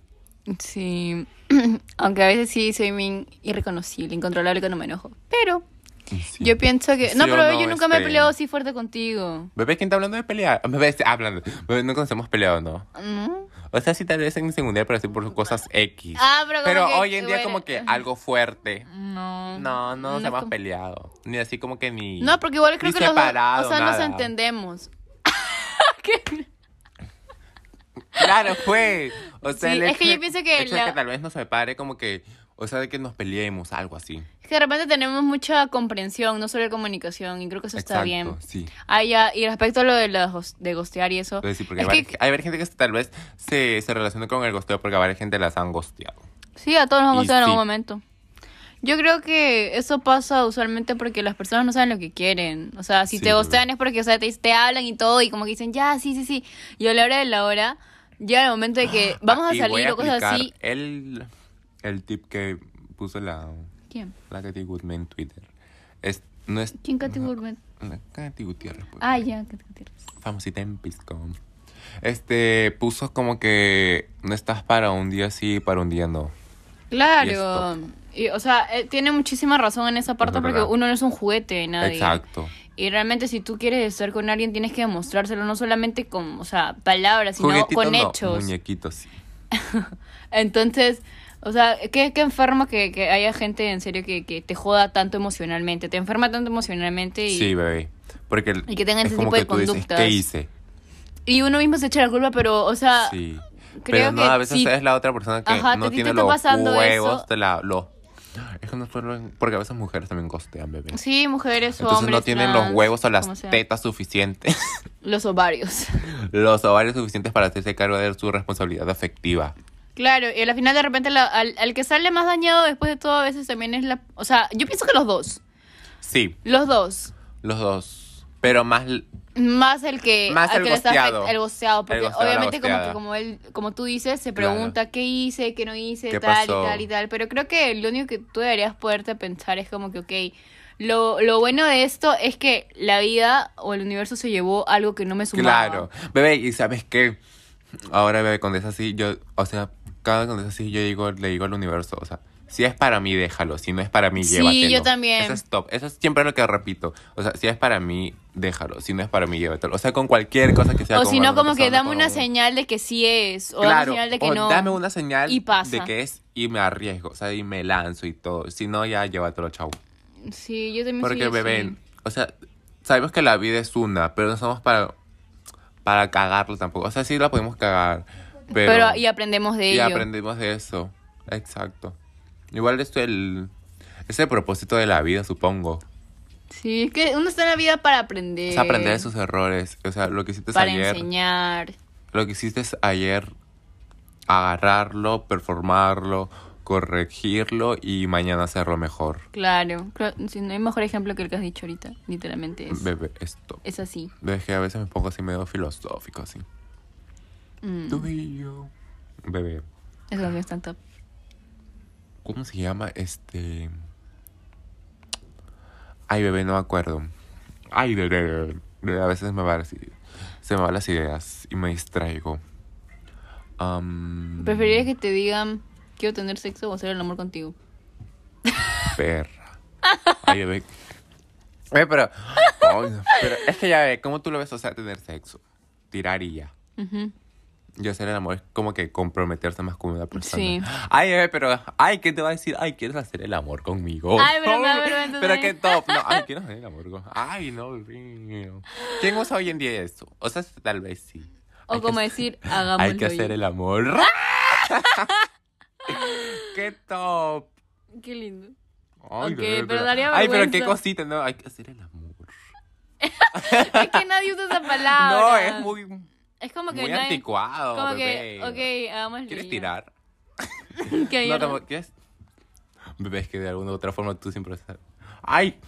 S2: Sí. *clears throat* Aunque a veces sí soy bien irreconocible, incontrolable cuando me enojo. Pero
S1: Sí.
S2: yo pienso que. No,
S1: Sí o
S2: pero
S1: no,
S2: yo nunca me he
S1: este-
S2: peleado así fuerte contigo.
S1: Bebé, ¿quién está hablando de pelear? Bebé, sí, hablando. Bebé, nunca nos hemos peleado, ¿no?
S2: ¿No?
S1: O sea, sí, tal vez en secundaria, pero sí por cosas X.
S2: Ah, pero como que-
S1: hoy en día,
S2: bueno.
S1: como que algo fuerte.
S2: No.
S1: No, no nos
S2: es
S1: hemos
S2: como-
S1: peleado. Ni así como que ni.
S2: No, porque igual creo
S1: ni
S2: que los dos.
S1: separado,
S2: O sea, nos
S1: nada.
S2: entendemos.
S1: *laughs* Claro, pues. O sea,
S2: Sí,
S1: el
S2: es
S1: hecho
S2: que yo
S1: de-
S2: pienso que
S1: el hecho de
S2: la-
S1: que tal vez nos separe, como que. O sea, de que nos peleemos, algo así.
S2: Es que de repente tenemos mucha comprensión, no solo comunicación, y creo que eso
S1: Exacto,
S2: está bien.
S1: sí.
S2: Ah, ya, y respecto a lo de, la gos- de gostear y eso.
S1: Entonces, sí, porque
S2: es
S1: hay,
S2: que-
S1: vari- hay varias gente que tal vez se, se relaciona con el gosteo porque a varias gente las han gosteado.
S2: Sí, a todos nos vamos
S1: Y
S2: a en algún
S1: sí.
S2: momento. Yo creo que eso pasa usualmente porque las personas no saben lo que quieren. O sea, si
S1: Sí,
S2: te
S1: bebé.
S2: gustean es porque, o sea, te, te hablan y todo y como que dicen, ya, sí, sí, sí. Y a la hora de la hora, llega el momento de que vamos a
S1: Y Ah, voy
S2: salir o cosas
S1: aplicar
S2: así.
S1: El, el tip que puso la,
S2: ¿Quién?
S1: la Katy Goodman en Twitter. Es, no es
S2: ¿Quién Katy Goodman?
S1: La Katy Gutiérrez. pues.
S2: Ah, ya, Katy Gutiérrez.
S1: Famosita en Pisco. Este, puso como que no estás para un día sí, para un día no. Y
S2: Claro.
S1: esto.
S2: Y, o sea, eh, tiene muchísima razón en esa parte
S1: Es
S2: porque
S1: verdad.
S2: uno no es un juguete de nadie.
S1: Exacto.
S2: Y realmente si tú quieres estar con alguien tienes que demostrárselo no solamente con, o sea, palabras, sino
S1: Juguetitos
S2: con
S1: no,
S2: hechos.
S1: Muñequitos, sí.
S2: Entonces, o sea, qué, qué enfermo que, que haya gente en serio que, que te joda tanto emocionalmente, te enferma tanto emocionalmente y,
S1: Sí, bebé. Porque el-
S2: Y que tengan
S1: es
S2: ese
S1: como
S2: tipo de
S1: que tú dices,
S2: conductas.
S1: ¿Qué hice?
S2: y uno mismo se echa la culpa, pero, o sea,
S1: sí.
S2: creo
S1: Pero no,
S2: que
S1: a veces
S2: sí.
S1: es la otra persona que
S2: Ajá, ¿a
S1: no
S2: ti te
S1: tiene
S2: está
S1: los
S2: pasando
S1: huevos
S2: eso?
S1: de la, los Es que no solo. en- Porque a veces mujeres también costean, bebé.
S2: Sí, mujeres o
S1: Entonces
S2: hombres.
S1: no tienen
S2: trans,
S1: los huevos o
S2: como
S1: las
S2: sea.
S1: tetas suficientes, *laughs*
S2: Los ovarios. *laughs*
S1: los ovarios suficientes para hacerse cargo de su responsabilidad afectiva.
S2: Claro, y al final de repente la- al, al que sale más dañado después de todo a veces también es la... O sea, yo pienso que los dos.
S1: Sí,
S2: Los dos.
S1: los dos. Pero más. l-
S2: Más el que...
S1: Más
S2: al
S1: el
S2: que le está
S1: gosteado.
S2: afect- El gosteado. Porque
S1: El gosteado, la
S2: obviamente como que
S1: gosteada.
S2: como él, como tú dices, se
S1: Claro.
S2: pregunta qué hice, qué no hice,
S1: ¿Qué
S2: tal
S1: pasó?
S2: y tal y tal. Pero creo que lo único que tú deberías poderte pensar es como que, ok, lo, lo bueno de esto es que la vida o el universo se llevó algo que no me sumaba.
S1: Claro. Bebé, ¿y sabes qué? Ahora, bebé, cuando es así, yo. O sea, cada vez cuando es así, yo digo, le digo al universo, o sea. Si es para mí, déjalo. Si no es para mí,
S2: Sí,
S1: llévatelo.
S2: yo también.
S1: Eso es top. Eso es siempre lo que repito. O sea, si es para mí, déjalo. Si no es para mí, llévatelo. O sea, con cualquier cosa que sea.
S2: O
S1: con
S2: si no,
S1: alguna
S2: como que
S1: persona,
S2: dame
S1: con
S2: una
S1: algún-
S2: señal de que sí es. O dame una señal de que
S1: o
S2: no.
S1: dame una señal
S2: Y pasa.
S1: de que es y me arriesgo, o sea, y me lanzo y todo. Si no, ya llévatelo, chau.
S2: Sí, yo también
S1: Porque,
S2: soy
S1: bebé,
S2: así.
S1: o sea, sabemos que la vida es una, pero no somos para, para cagarlo tampoco. O sea, sí la podemos cagar, pero...
S2: Pero, y aprendemos de
S1: y
S2: ello.
S1: aprendimos de eso, exacto. Igual esto el, es el propósito de la vida, supongo.
S2: Sí, es que uno está en la vida para aprender.
S1: Es aprender de sus errores. O sea, lo que hiciste
S2: Para
S1: ayer...
S2: enseñar.
S1: Lo que hiciste es ayer, agarrarlo, performarlo, corregirlo y mañana hacerlo mejor.
S2: Claro. Creo- Si no hay mejor ejemplo que el que has dicho ahorita. Literalmente es.
S1: Bebé, esto.
S2: Es así.
S1: Ves que a veces me pongo así medio filosófico, así.
S2: Mm,
S1: Tú y yo. Bebé,
S2: Esa canción es tan top.
S1: ¿cómo se llama este? Ay, bebé, no me acuerdo. Ay, bebé. bebé, A veces me van las ideas. Se me van las ideas y me distraigo. Am,
S2: Preferiría que te digan quiero tener sexo o hacer el amor contigo.
S1: perra. Ay, bebé. Eh, pero, ay, no, pero es que ya ve, ¿cómo tú lo ves? O sea, tener sexo, tirar y ya.
S2: Ujú.
S1: Yo ser el amor es como que comprometerse más con una persona.
S2: Sí.
S1: Ay, bebé, pero, ay, ¿qué te va a decir? Ay, ¿quieres hacer el amor conmigo?
S2: Ay, pero me da
S1: Ay,
S2: vergüenza
S1: Pero qué
S2: también.
S1: top. No, ay, ¿quieres hacer el amor con- Ay, no, bebé. ¿Quién usa hoy en día eso? O sea, tal vez sí.
S2: O
S1: Hay que
S2: como
S1: hacer-
S2: decir, hagámoslo.
S1: *laughs* Hay que hacer
S2: ya.
S1: el amor.
S2: *laughs*
S1: ¡Qué top!
S2: Qué lindo.
S1: Ay,
S2: Ok,
S1: bebé,
S2: pero daría
S1: Ay, pero qué
S2: vergüenza.
S1: cosita, no, hay que hacer el amor.
S2: es que nadie usa esa palabra.
S1: *laughs* No, es muy,
S2: Es como que
S1: muy
S2: nadie-
S1: anticuado,
S2: Como
S1: bebé.
S2: que, ok, hagámoslo.
S1: ¿Quieres
S2: ya. *laughs*
S1: tirar?
S2: Que
S1: No,
S2: haya-
S1: tampoco- ¿quieres? Bebé, es que de alguna u otra forma tú siempre estás... ¡Ay!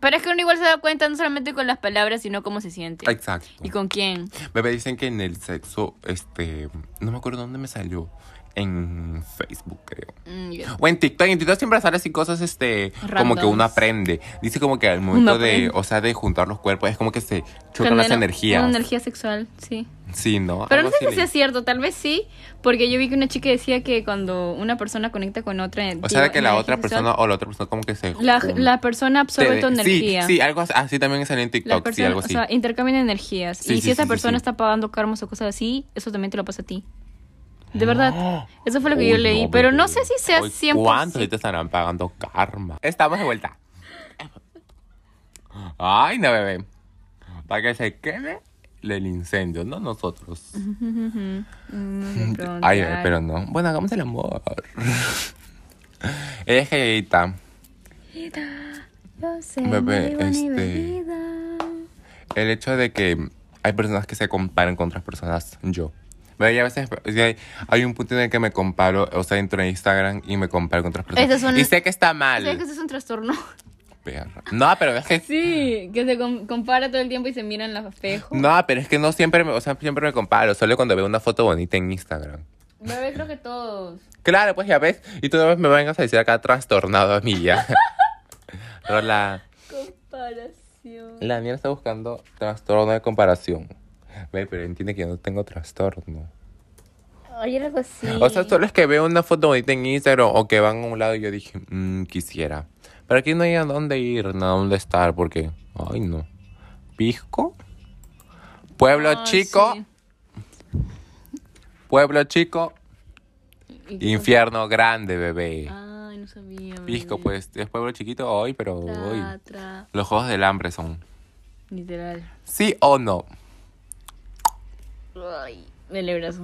S2: Pero es que uno igual se da cuenta no solamente con las palabras, sino cómo se siente.
S1: Exacto.
S2: ¿Y con quién?
S1: Bebé, dicen que en el sexo, este... No me acuerdo dónde me salió. En Facebook, creo.
S2: Mm, ya.
S1: O en TikTok, en TikTok siempre sale así cosas, este, como que
S2: Randoms.
S1: uno aprende. Dice como que al momento de,
S2: aprende.
S1: o sea, de juntar los cuerpos, es como que se chocan las
S2: Condena-
S1: energías.
S2: Una energía sexual, sí.
S1: Sí, ¿no?
S2: Pero
S1: Algo
S2: no
S1: así
S2: sé si
S1: leí.
S2: sea cierto, tal vez sí, porque yo vi que una chica decía que cuando una persona conecta con otra...
S1: O sea,
S2: digo,
S1: que la
S2: energía
S1: otra
S2: sexual,
S1: persona o la otra persona como que se...
S2: La,
S1: jun-
S2: la persona absorbe
S1: te-
S2: tu
S1: sí,
S2: energía.
S1: Sí, algo así, así también salió en
S2: La
S1: TikTok, sí,
S2: persona,
S1: algo así.
S2: O sea, intercambian energías.
S1: Sí,
S2: y
S1: sí,
S2: si esa
S1: sí, sí, sí.
S2: persona está pagando karmas o cosas así, eso también te lo pasa a ti. De verdad.
S1: Oh.
S2: Eso fue lo que
S1: Uy,
S2: yo leí.
S1: no,
S2: pero no
S1: bebé.
S2: sé si sea
S1: Uy,
S2: 100%.
S1: ¿Cuántos ahorita estarán pagando karma? Estamos de vuelta. Ay, no, bebé. Para que se quede el incendio, no nosotros.
S2: Mm, de pronto,
S1: Ay, bebé, pero no. Bueno, hagamos el amor. *laughs* Ella es gallita.
S2: Yo sé,
S1: Bebé,
S2: marihuana y
S1: este,
S2: bebida.
S1: El hecho de que hay personas que se comparan con otras personas, yo. Pero ya a veces o sea, hay- hay un punto en el que me comparo, o sea, entro en Instagram y me comparo con otras personas.
S2: Ese es un-
S1: Y sé que está mal.
S2: ¿Sabes que eso es un trastorno?
S1: Perra. No, pero es que...
S2: Sí, que se com- compara todo el tiempo y se mira en los espejos.
S1: No, pero es que no siempre, me, o sea, siempre me comparo, solo cuando veo una foto bonita en Instagram.
S2: Bebé, creo que todos.
S1: Claro, pues ya ves, y tú no me vengas a decir acá trastornado a mí
S2: *laughs*
S1: ya. Rola,
S2: Comparación.
S1: la niña está buscando trastorno de comparación. Ve, pero entiende que yo no tengo trastorno.
S2: Oye, algo así.
S1: O sea, solo es que veo una foto bonita en Instagram o que van a un lado y yo dije, "Mm, quisiera. Pero aquí no hay a dónde ir, no a dónde estar, porque, ay no. ¿Pisco? Pueblo
S2: Ay,
S1: chico,
S2: sí.
S1: pueblo chico,
S2: Y-
S1: infierno grande, bebé.
S2: Ay, no sabía. bebé.
S1: Pisco, pues, es pueblo chiquito hoy, pero hoy.
S2: Tra, tra.
S1: Los juegos del hambre son.
S2: Literal.
S1: ¿Sí o no?
S2: Ay, me le brazo.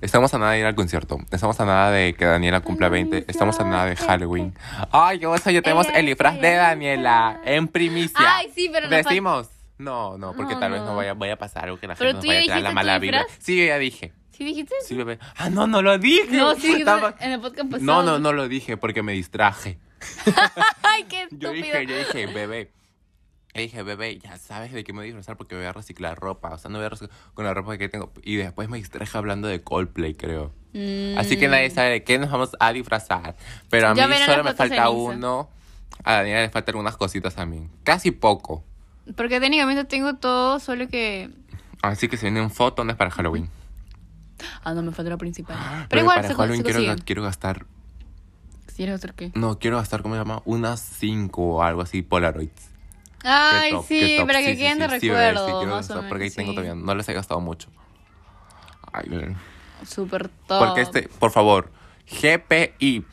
S1: Estamos a nada de ir al concierto. Estamos a nada de que Daniela cumpla 20. Estamos a nada de Halloween. Ay, qué oso, ya tenemos el disfraz de Daniela en primicia.
S2: Ay, sí, pero nos fal-
S1: Decimos. No, no, porque
S2: No,
S1: tal vez no
S2: no.
S1: vaya, vaya a pasar algo que la
S2: Pero
S1: gente nos
S2: tú
S1: vaya a
S2: ya
S1: tirar la
S2: dijiste
S1: mala
S2: tu
S1: vibra.
S2: disfraz.
S1: Sí, yo ya dije.
S2: ¿Sí dijiste?
S1: Sí, bebé. Ah, no, no lo dije.
S2: No, sí eh, pues dijiste
S1: Estaba-
S2: en el podcast pasado.
S1: No, no, no lo dije porque me distraje.
S2: Ay, qué
S1: Yo
S2: estúpido.
S1: dije, yo dije, bebé. Le dije, bebé, ya sabes de qué me voy a disfrazar porque voy a reciclar ropa. O sea, no voy a reciclar con la ropa que tengo. Y después me distraje hablando de Coldplay, creo.
S2: Mm.
S1: Así que nadie sabe de qué nos vamos a disfrazar. Pero a mí
S2: Ya verán
S1: solo
S2: las
S1: me
S2: fotos
S1: falta
S2: en Insta.
S1: uno. A Daniela le faltan unas cositas también. Casi poco.
S2: Porque técnicamente tengo todo, solo que.
S1: Así que si vienen fotos, no es para Halloween.
S2: Ah, no, me falta la principal. Pero,
S1: Porque
S2: igual
S1: Ah, para
S2: se, co-
S1: Halloween
S2: se
S1: quiero, Mm.
S2: consiguen.
S1: ga- quiero gastar.
S2: ¿Quieres otro qué?
S1: No, quiero gastar, ¿cómo se llama? Unas cinco o algo así, Polaroids.
S2: Ay,
S1: Qué top,
S2: sí,
S1: qué top.
S2: para que
S1: Sí, sí,
S2: queden de
S1: sí, sí, bebé, sí,
S2: recuerdo.
S1: quiero
S2: más o
S1: gastar,
S2: menos,
S1: Porque ahí tengo
S2: sí.
S1: todavía. No les he gastado mucho. Ay, bebé.
S2: Súper top.
S1: Porque este, por favor, GPI.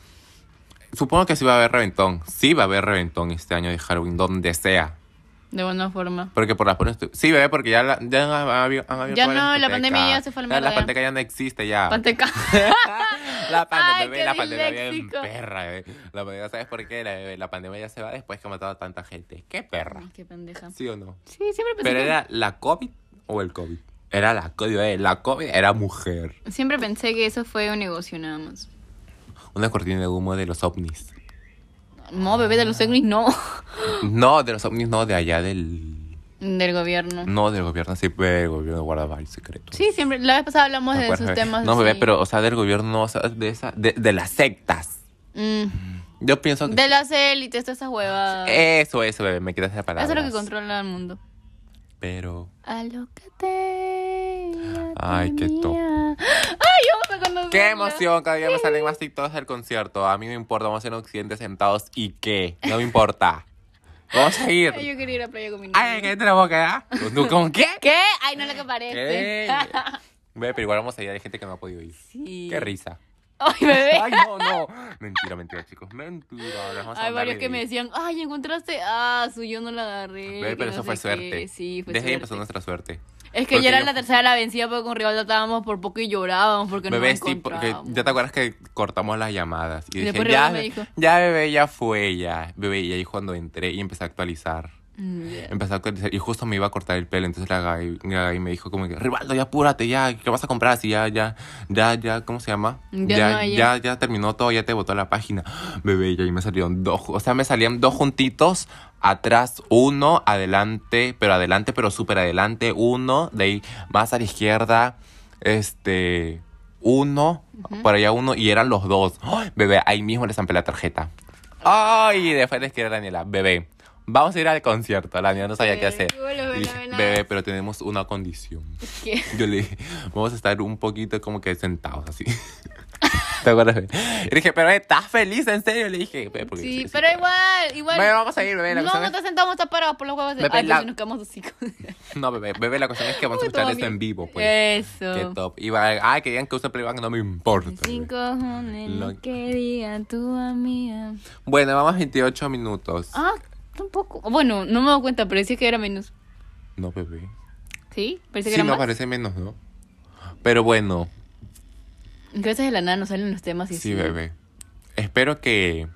S1: Supongo que sí va a haber reventón. Sí va a haber reventón este año de Halloween, donde sea.
S2: De buena forma.
S1: Porque por las puras... tu- Sí, bebé, porque ya, la, ya han, habido- han abierto
S2: Ya
S1: varias
S2: no, la
S1: discotecas.
S2: pandemia ya se fue a la
S1: Ya La
S2: mierda.
S1: panteca ya no existe
S2: *laughs*
S1: ya.
S2: Panteca.
S1: *laughs* La pandemia,
S2: Ay,
S1: bebé,
S2: qué
S1: la pandemia bien
S2: disléxico.
S1: perra, bebé. La pandemia, ¿sabes por qué? La, bebé, la pandemia ya se va después que ha matado a tanta gente. ¡Qué perra!
S2: Ay, qué pendeja.
S1: ¿Sí o no?
S2: Pues Sí, siempre pensé
S1: Pero
S2: que...
S1: era la COVID o el COVID. Era la COVID, bebé. La COVID era mujer.
S2: Siempre pensé que eso fue un negocio nada más.
S1: Una cortina de humo de los ovnis.
S2: *gasps* No, bebé
S1: Ah.
S2: de los ovnis, no. *laughs*
S1: No, de los ovnis, no, de allá del.
S2: Del gobierno.
S1: No, del gobierno, sí, pero el gobierno guarda varios secretos.
S2: Sí, siempre. La vez pasada hablamos
S1: ¿Te
S2: de
S1: acuerdas,
S2: esos
S1: bebé?
S2: temas.
S1: No, bebé,
S2: sí.
S1: pero, o sea, del gobierno, no, o sea, de, esa, de, de las sectas.
S2: Mm,
S1: Yo pienso que.
S2: De las élites, todas esas huevadas.
S1: Eso, eso, bebé, me quitas la palabra.
S2: eso es lo que controla el mundo.
S1: Pero.
S2: Alócate.
S1: Ay, qué top.
S2: mía. Ay, vamos a conocerla.
S1: ¡Qué emoción! Cada día me salen más TikToks del concierto. A mí no me importa, vamos a ir en Occidente sentados y qué. No me
S2: *laughs*
S1: importa. Vamos a ir.
S2: Ay, yo quería ir a playa con mi
S1: ¡Ay,
S2: novio.
S1: qué te la boca! ¿eh? ¿Con, ¿Con qué?
S2: *laughs* ¿Qué? Ay, no lo que parece.
S1: ¿Qué? Bebé, pero igual vamos a ir, hay gente que no ha podido ir.
S2: *laughs* Sí.
S1: ¡Qué risa!
S2: Ay, bebé.
S1: Ay, no, no. Mentira, mentira, chicos. Mentira. les vamos a
S2: Hay
S1: mandar
S2: varios que me
S1: videíto.
S2: decían, ay, encontraste. Ah, su yo no la agarré.
S1: Ve,
S2: que
S1: pero
S2: no
S1: eso
S2: sé
S1: fue
S2: qué".
S1: suerte.
S2: Sí, fue
S1: Desde ahí
S2: suerte.
S1: empezó nuestra suerte.
S2: Es que
S1: Porque
S2: ya era
S1: yo-
S2: la tercera la vencida porque con Rivaldo estábamos por poco y llorábamos porque no
S1: Bebé,
S2: nos
S1: sí, porque
S2: encontrábamos.
S1: ya te acuerdas que cortamos las llamadas. Y,
S2: Y
S1: dije,
S2: después
S1: ya,
S2: Rebeca me dijo.
S1: ya, bebé, ya fue, ya. Bebé, y ahí cuando entré y empecé a actualizar.
S2: Mm, yeah.
S1: Empecé a actualizar y justo me iba a cortar el pelo. Entonces la Gaby, la Gaby me dijo como que, Rivaldo, ya apúrate, ya, ¿qué vas a comprar? Así ya, ya, ya, ya, ¿cómo se llama?
S2: Ya no
S1: ya,
S2: hay-
S1: ya, ya terminó todo, ya te botó la página. Bebé, y ahí me salieron dos, o sea, me salían dos juntitos, atrás uno, adelante, pero adelante, pero súper adelante, uno, de ahí más a la izquierda, este, uno, por allá uno, y eran los dos. ¡Ay! Bebé, ahí mismo les zampé la tarjeta. Ay, y después les quedé a Daniela, bebé. Vamos a ir al concierto. La Daniela no sabía qué
S2: Pero,
S1: hacer.
S2: bueno,
S1: Le
S2: bueno,
S1: dije,
S2: bueno.
S1: bebé, pero tenemos una condición.
S2: ¿Qué?
S1: Yo le dije, vamos a estar un poquito como que sentados así. *laughs* ¿Te acuerdas? bebé? Y le dije, pero ¿estás feliz? ¿En serio? Le dije, bebé, *laughs* porque
S2: Sí, pero igual, igual.
S1: Bebé, vamos a ir, bebé. La
S2: no,
S1: cuestión
S2: no
S1: es-
S2: te sentamos, estás parados por los huevos de.
S1: Bebé,
S2: Ay, pues
S1: la-
S2: si nos quedamos así. con-
S1: No, bebé, bebé, la cuestión es que vamos a
S2: Uy,
S1: escuchar
S2: todo
S1: esto
S2: bien.
S1: en vivo, pues. Qué
S2: Eso.
S1: top. Y va, ay, que digan que usa playback, no me importa. bebé.
S2: Sin cojones
S1: Lo-
S2: lo que diga tu amiga.
S1: Bueno, vamos 28 minutos.
S2: Ah, tampoco. Bueno, no me doy cuenta, pero decía que era menos.
S1: No, bebé.
S2: ¿Sí? Parece que
S1: Sí,
S2: era
S1: no
S2: más.
S1: parece menos, ¿no? Pero bueno.
S2: Gracias de la nada nos salen los temas y
S1: Sí,
S2: así.
S1: bebé. Espero que,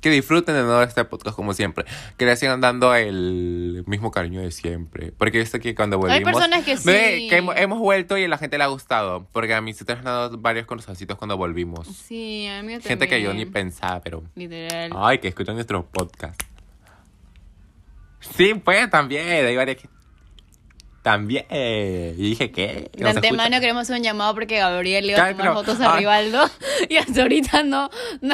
S1: que disfruten de nuevo este podcast como siempre. Que le sigan dando el mismo cariño de siempre. Porque esto que cuando volvimos...
S2: personas que sí.
S1: Bebé, que hemos, hemos vuelto y a la gente le ha gustado. Porque a mí se te han dado varios conversacitos cuando volvimos.
S2: Sí, a mí
S1: Gente que yo ni Ah,
S2: también.
S1: pensaba, pero...
S2: Literal.
S1: Ay, que escuchan nuestros podcasts. Sí, pues, también. Hay varias que- También. Y dije, ¿qué?
S2: De
S1: ¿Nos
S2: antemano
S1: escuchan?
S2: queremos hacer un llamado porque Gabriel le iba
S1: Cállate,
S2: a tomar
S1: no.
S2: fotos
S1: Ah.
S2: a Rivaldo *laughs* y hasta ahorita no.
S1: *laughs*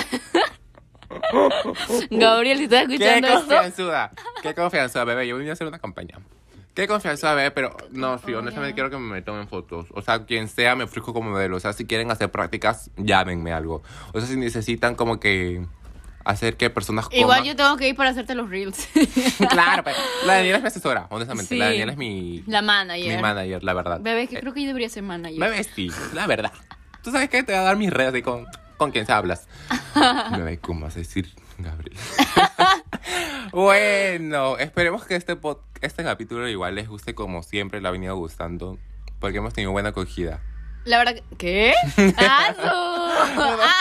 S2: Gabriel, si estás
S1: Qué
S2: escuchando esto.
S1: confianzuda. Qué confianzuda, bebé. Yo vine a hacer una campaña. Qué confianzuda, bebé, pero no, sí,
S2: campaña.
S1: honestamente quiero que me tomen fotos. O sea, quien sea, me ofrezco como modelo. O sea, si quieren hacer prácticas, llámenme algo. O sea, si necesitan como que hacer que personas coman.
S2: Igual yo tengo que ir para hacerte los reels.
S1: *laughs* Claro, pero la Daniela es mi asesora, honestamente. La
S2: Sí.
S1: Daniela es mi...
S2: La manager.
S1: Mi manager, la verdad.
S2: Bebé, es que creo que yo debería ser manager.
S1: Bebé, sí, la verdad. Tú sabes que te voy a dar mis redes ahí con, con quien se hablas. Bebé, ¿cómo vas a decir, Gabriel? *laughs* bueno, esperemos que este, pod- este capítulo igual les guste como siempre, le ha venido gustando, porque hemos tenido buena acogida.
S2: La verdad, que- ¿qué?
S1: *laughs*
S2: Ah, ¡Aso!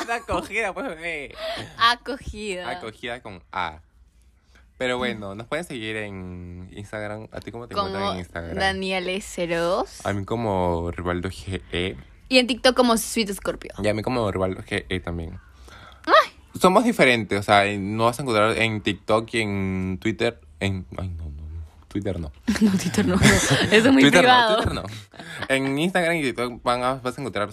S1: Una acogida, pues, bebé.
S2: Acogida.
S1: Acogida con A. Pero bueno, nos pueden seguir en Instagram. ¿A ti cómo te encuentran
S2: como
S1: en Instagram?
S2: Daniel Ceros.
S1: A mí como Rivaldo E. GE.
S2: Y en TikTok como Sweet Scorpio. *laughs*
S1: Y a mí como Rivaldo GE eh, también. Somos diferentes, o sea, en- no vas a encontrar en TikTok y en Twitter. En, ay, no, no, no. Twitter no.
S2: No,
S1: *laughs*
S2: Twitter no. no. Eso es muy
S1: Twitter no,
S2: privado.
S1: Twitter no. En Instagram y TikTok van a- vas a encontrar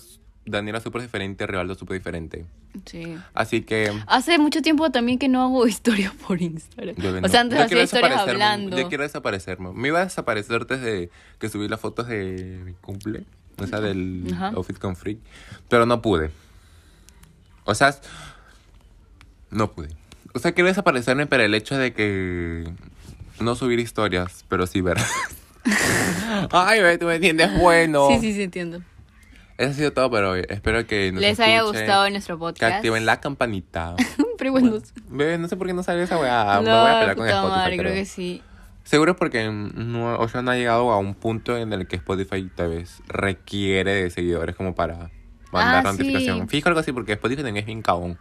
S1: Daniela súper diferente, Rivaldo súper diferente.
S2: Sí.
S1: Así que...
S2: Hace mucho tiempo también que no hago *laughs* historias por Instagram.
S1: Yo
S2: o
S1: no.
S2: sea, antes
S1: Yo
S2: hacía
S1: quiero
S2: historias
S1: desaparecerme.
S2: hablando.
S1: Yo quiero desaparecerme. Me iba a desaparecer desde que subí las fotos de mi cumple, o sea, del
S2: Ajá.
S1: outfit con freak, pero no pude. O sea, no pude. O sea, quiero desaparecerme pero el hecho de que no subir historias, pero sí
S2: *laughs*
S1: ver. Ay, ve, tú me entiendes, bueno.
S2: Sí, sí, sí, entiendo.
S1: Eso ha sido todo por hoy. Espero que nos
S2: Les haya
S1: escuchen,
S2: gustado nuestro
S1: Que
S2: podcast.
S1: activen la campanita.
S2: *laughs* Pero bueno.
S1: Bebé, no sé por qué no salió esa weá.
S2: no,
S1: ah, Me voy a pelear con
S2: puta
S1: Spotify.
S2: madre, creo
S1: creo.
S2: que sí.
S1: Seguro es porque no, o sea, no ha llegado a un punto en el que Spotify tal vez requiere de seguidores como para mandar
S2: Ah,
S1: notificación.
S2: sí.
S1: Fijo algo así porque Spotify también es bien cabón.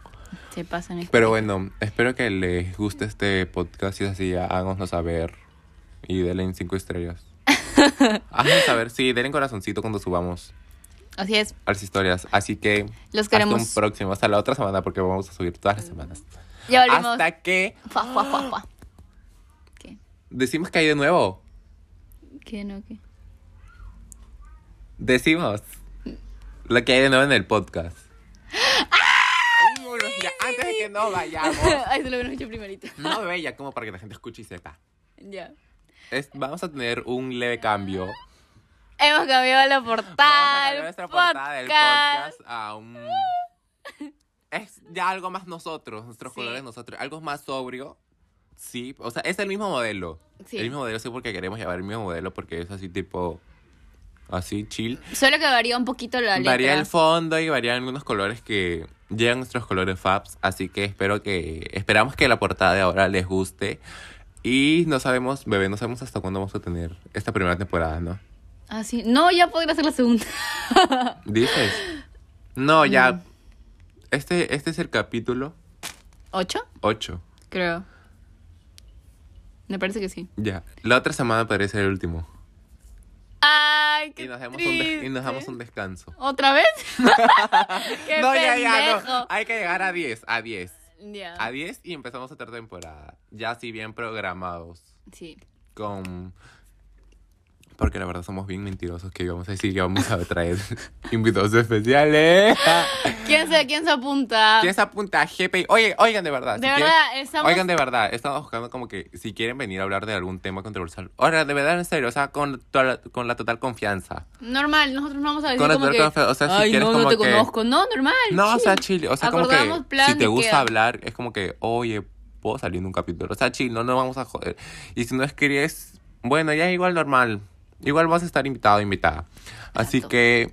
S2: Se pasan.
S1: Pero bueno, espero que les guste este podcast. Si es así, háganoslo saber. Y denle en cinco
S2: *laughs*
S1: estrellas. Háganos saber, sí, denle corazoncito cuando subamos
S2: Así es.
S1: a las historias. Así que
S2: Los
S1: hasta un
S2: queremos.
S1: próximo, hasta la otra semana porque vamos a subir todas las semanas.
S2: Ya volvemos.
S1: Hasta que
S2: Fa, fa, fa, fa. ¿Qué?
S1: decimos que hay de nuevo.
S2: ¿Qué no? ¿Qué?
S1: Decimos lo que hay de nuevo en el podcast. Vámonos ya, Antes de que no vayamos.
S2: *laughs* Ay, se lo hubieran hecho primerito.
S1: No, bebé, ya como para que la gente escuche y sepa.
S2: Ya.
S1: Es- vamos a tener un leve cambio. Vamos
S2: Hemos cambiado la
S1: a
S2: portada.
S1: cambiar
S2: del
S1: nuestra portada del
S2: podcast.
S1: podcast a un... Es ya algo más nosotros, nuestros
S2: Sí.
S1: colores nosotros. Algo más sobrio. Sí, o sea, es el mismo modelo.
S2: Sí.
S1: El mismo modelo, sí, porque queremos llevar el mismo modelo porque es así tipo... Así, chill.
S2: Solo que varía un poquito la letra.
S1: Varía el fondo y varían algunos colores que llegan nuestros colores FABs, así que espero que esperamos que la portada de ahora les guste y no sabemos, bebé, no sabemos hasta cuándo vamos a tener esta primera temporada, ¿no?
S2: Ah, sí. No, ya podría hacer la segunda.
S1: Dices. No, ya este este es el capítulo
S2: ¿Ocho?
S1: 8.
S2: Creo. Me parece que sí.
S1: Ya, la otra semana podría ser el último.
S2: Ay, qué
S1: Y nos damos un, des- y nos damos
S2: triste.
S1: un descanso. *laughs*
S2: ¿Otra vez? ¡Qué
S1: no, ya,
S2: pendejo! Ah.
S1: ya, no. Hay que llegar a 10, a 10.
S2: Ya.
S1: A 10 y empezamos otra temporada. Ya así bien programados.
S2: Sí.
S1: con... Porque la verdad somos bien mentirosos que íbamos a decir que vamos a
S2: *laughs*
S1: traer invitados especiales.
S2: ¿Quién se, quién se apunta?
S1: ¿Quién se apunta a GPI? Oye, oigan de verdad.
S2: De
S1: quieren-
S2: verdad, estamos-
S1: Oigan de verdad, estamos buscando como que si quieren venir a hablar de algún tema controversial. Ahora, de verdad, en serio, o sea, con, toda la- con la total confianza.
S2: Normal, nosotros vamos a decir
S1: Con la
S2: como que...
S1: tuerca, o sea, si
S2: Ay,
S1: quieres
S2: no, no
S1: como
S2: te
S1: que-
S2: conozco. No, normal.
S1: No, o sea,
S2: chill.
S1: chill. O sea, como
S2: Acordamos
S1: que
S2: plan
S1: si te
S2: y
S1: gusta
S2: queda.
S1: hablar, es como que, oye, puedo salir en un capítulo. O sea, chill, no nos vamos a joder. Y si no escribes, bueno, ya igual normal. Igual vas a estar invitado o invitada. Así
S2: Exacto.
S1: que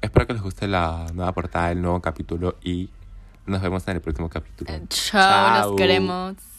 S1: espero que les guste la nueva portada, el nuevo capítulo y nos vemos en el próximo capítulo.
S2: Chao,
S1: Chao.
S2: nos queremos.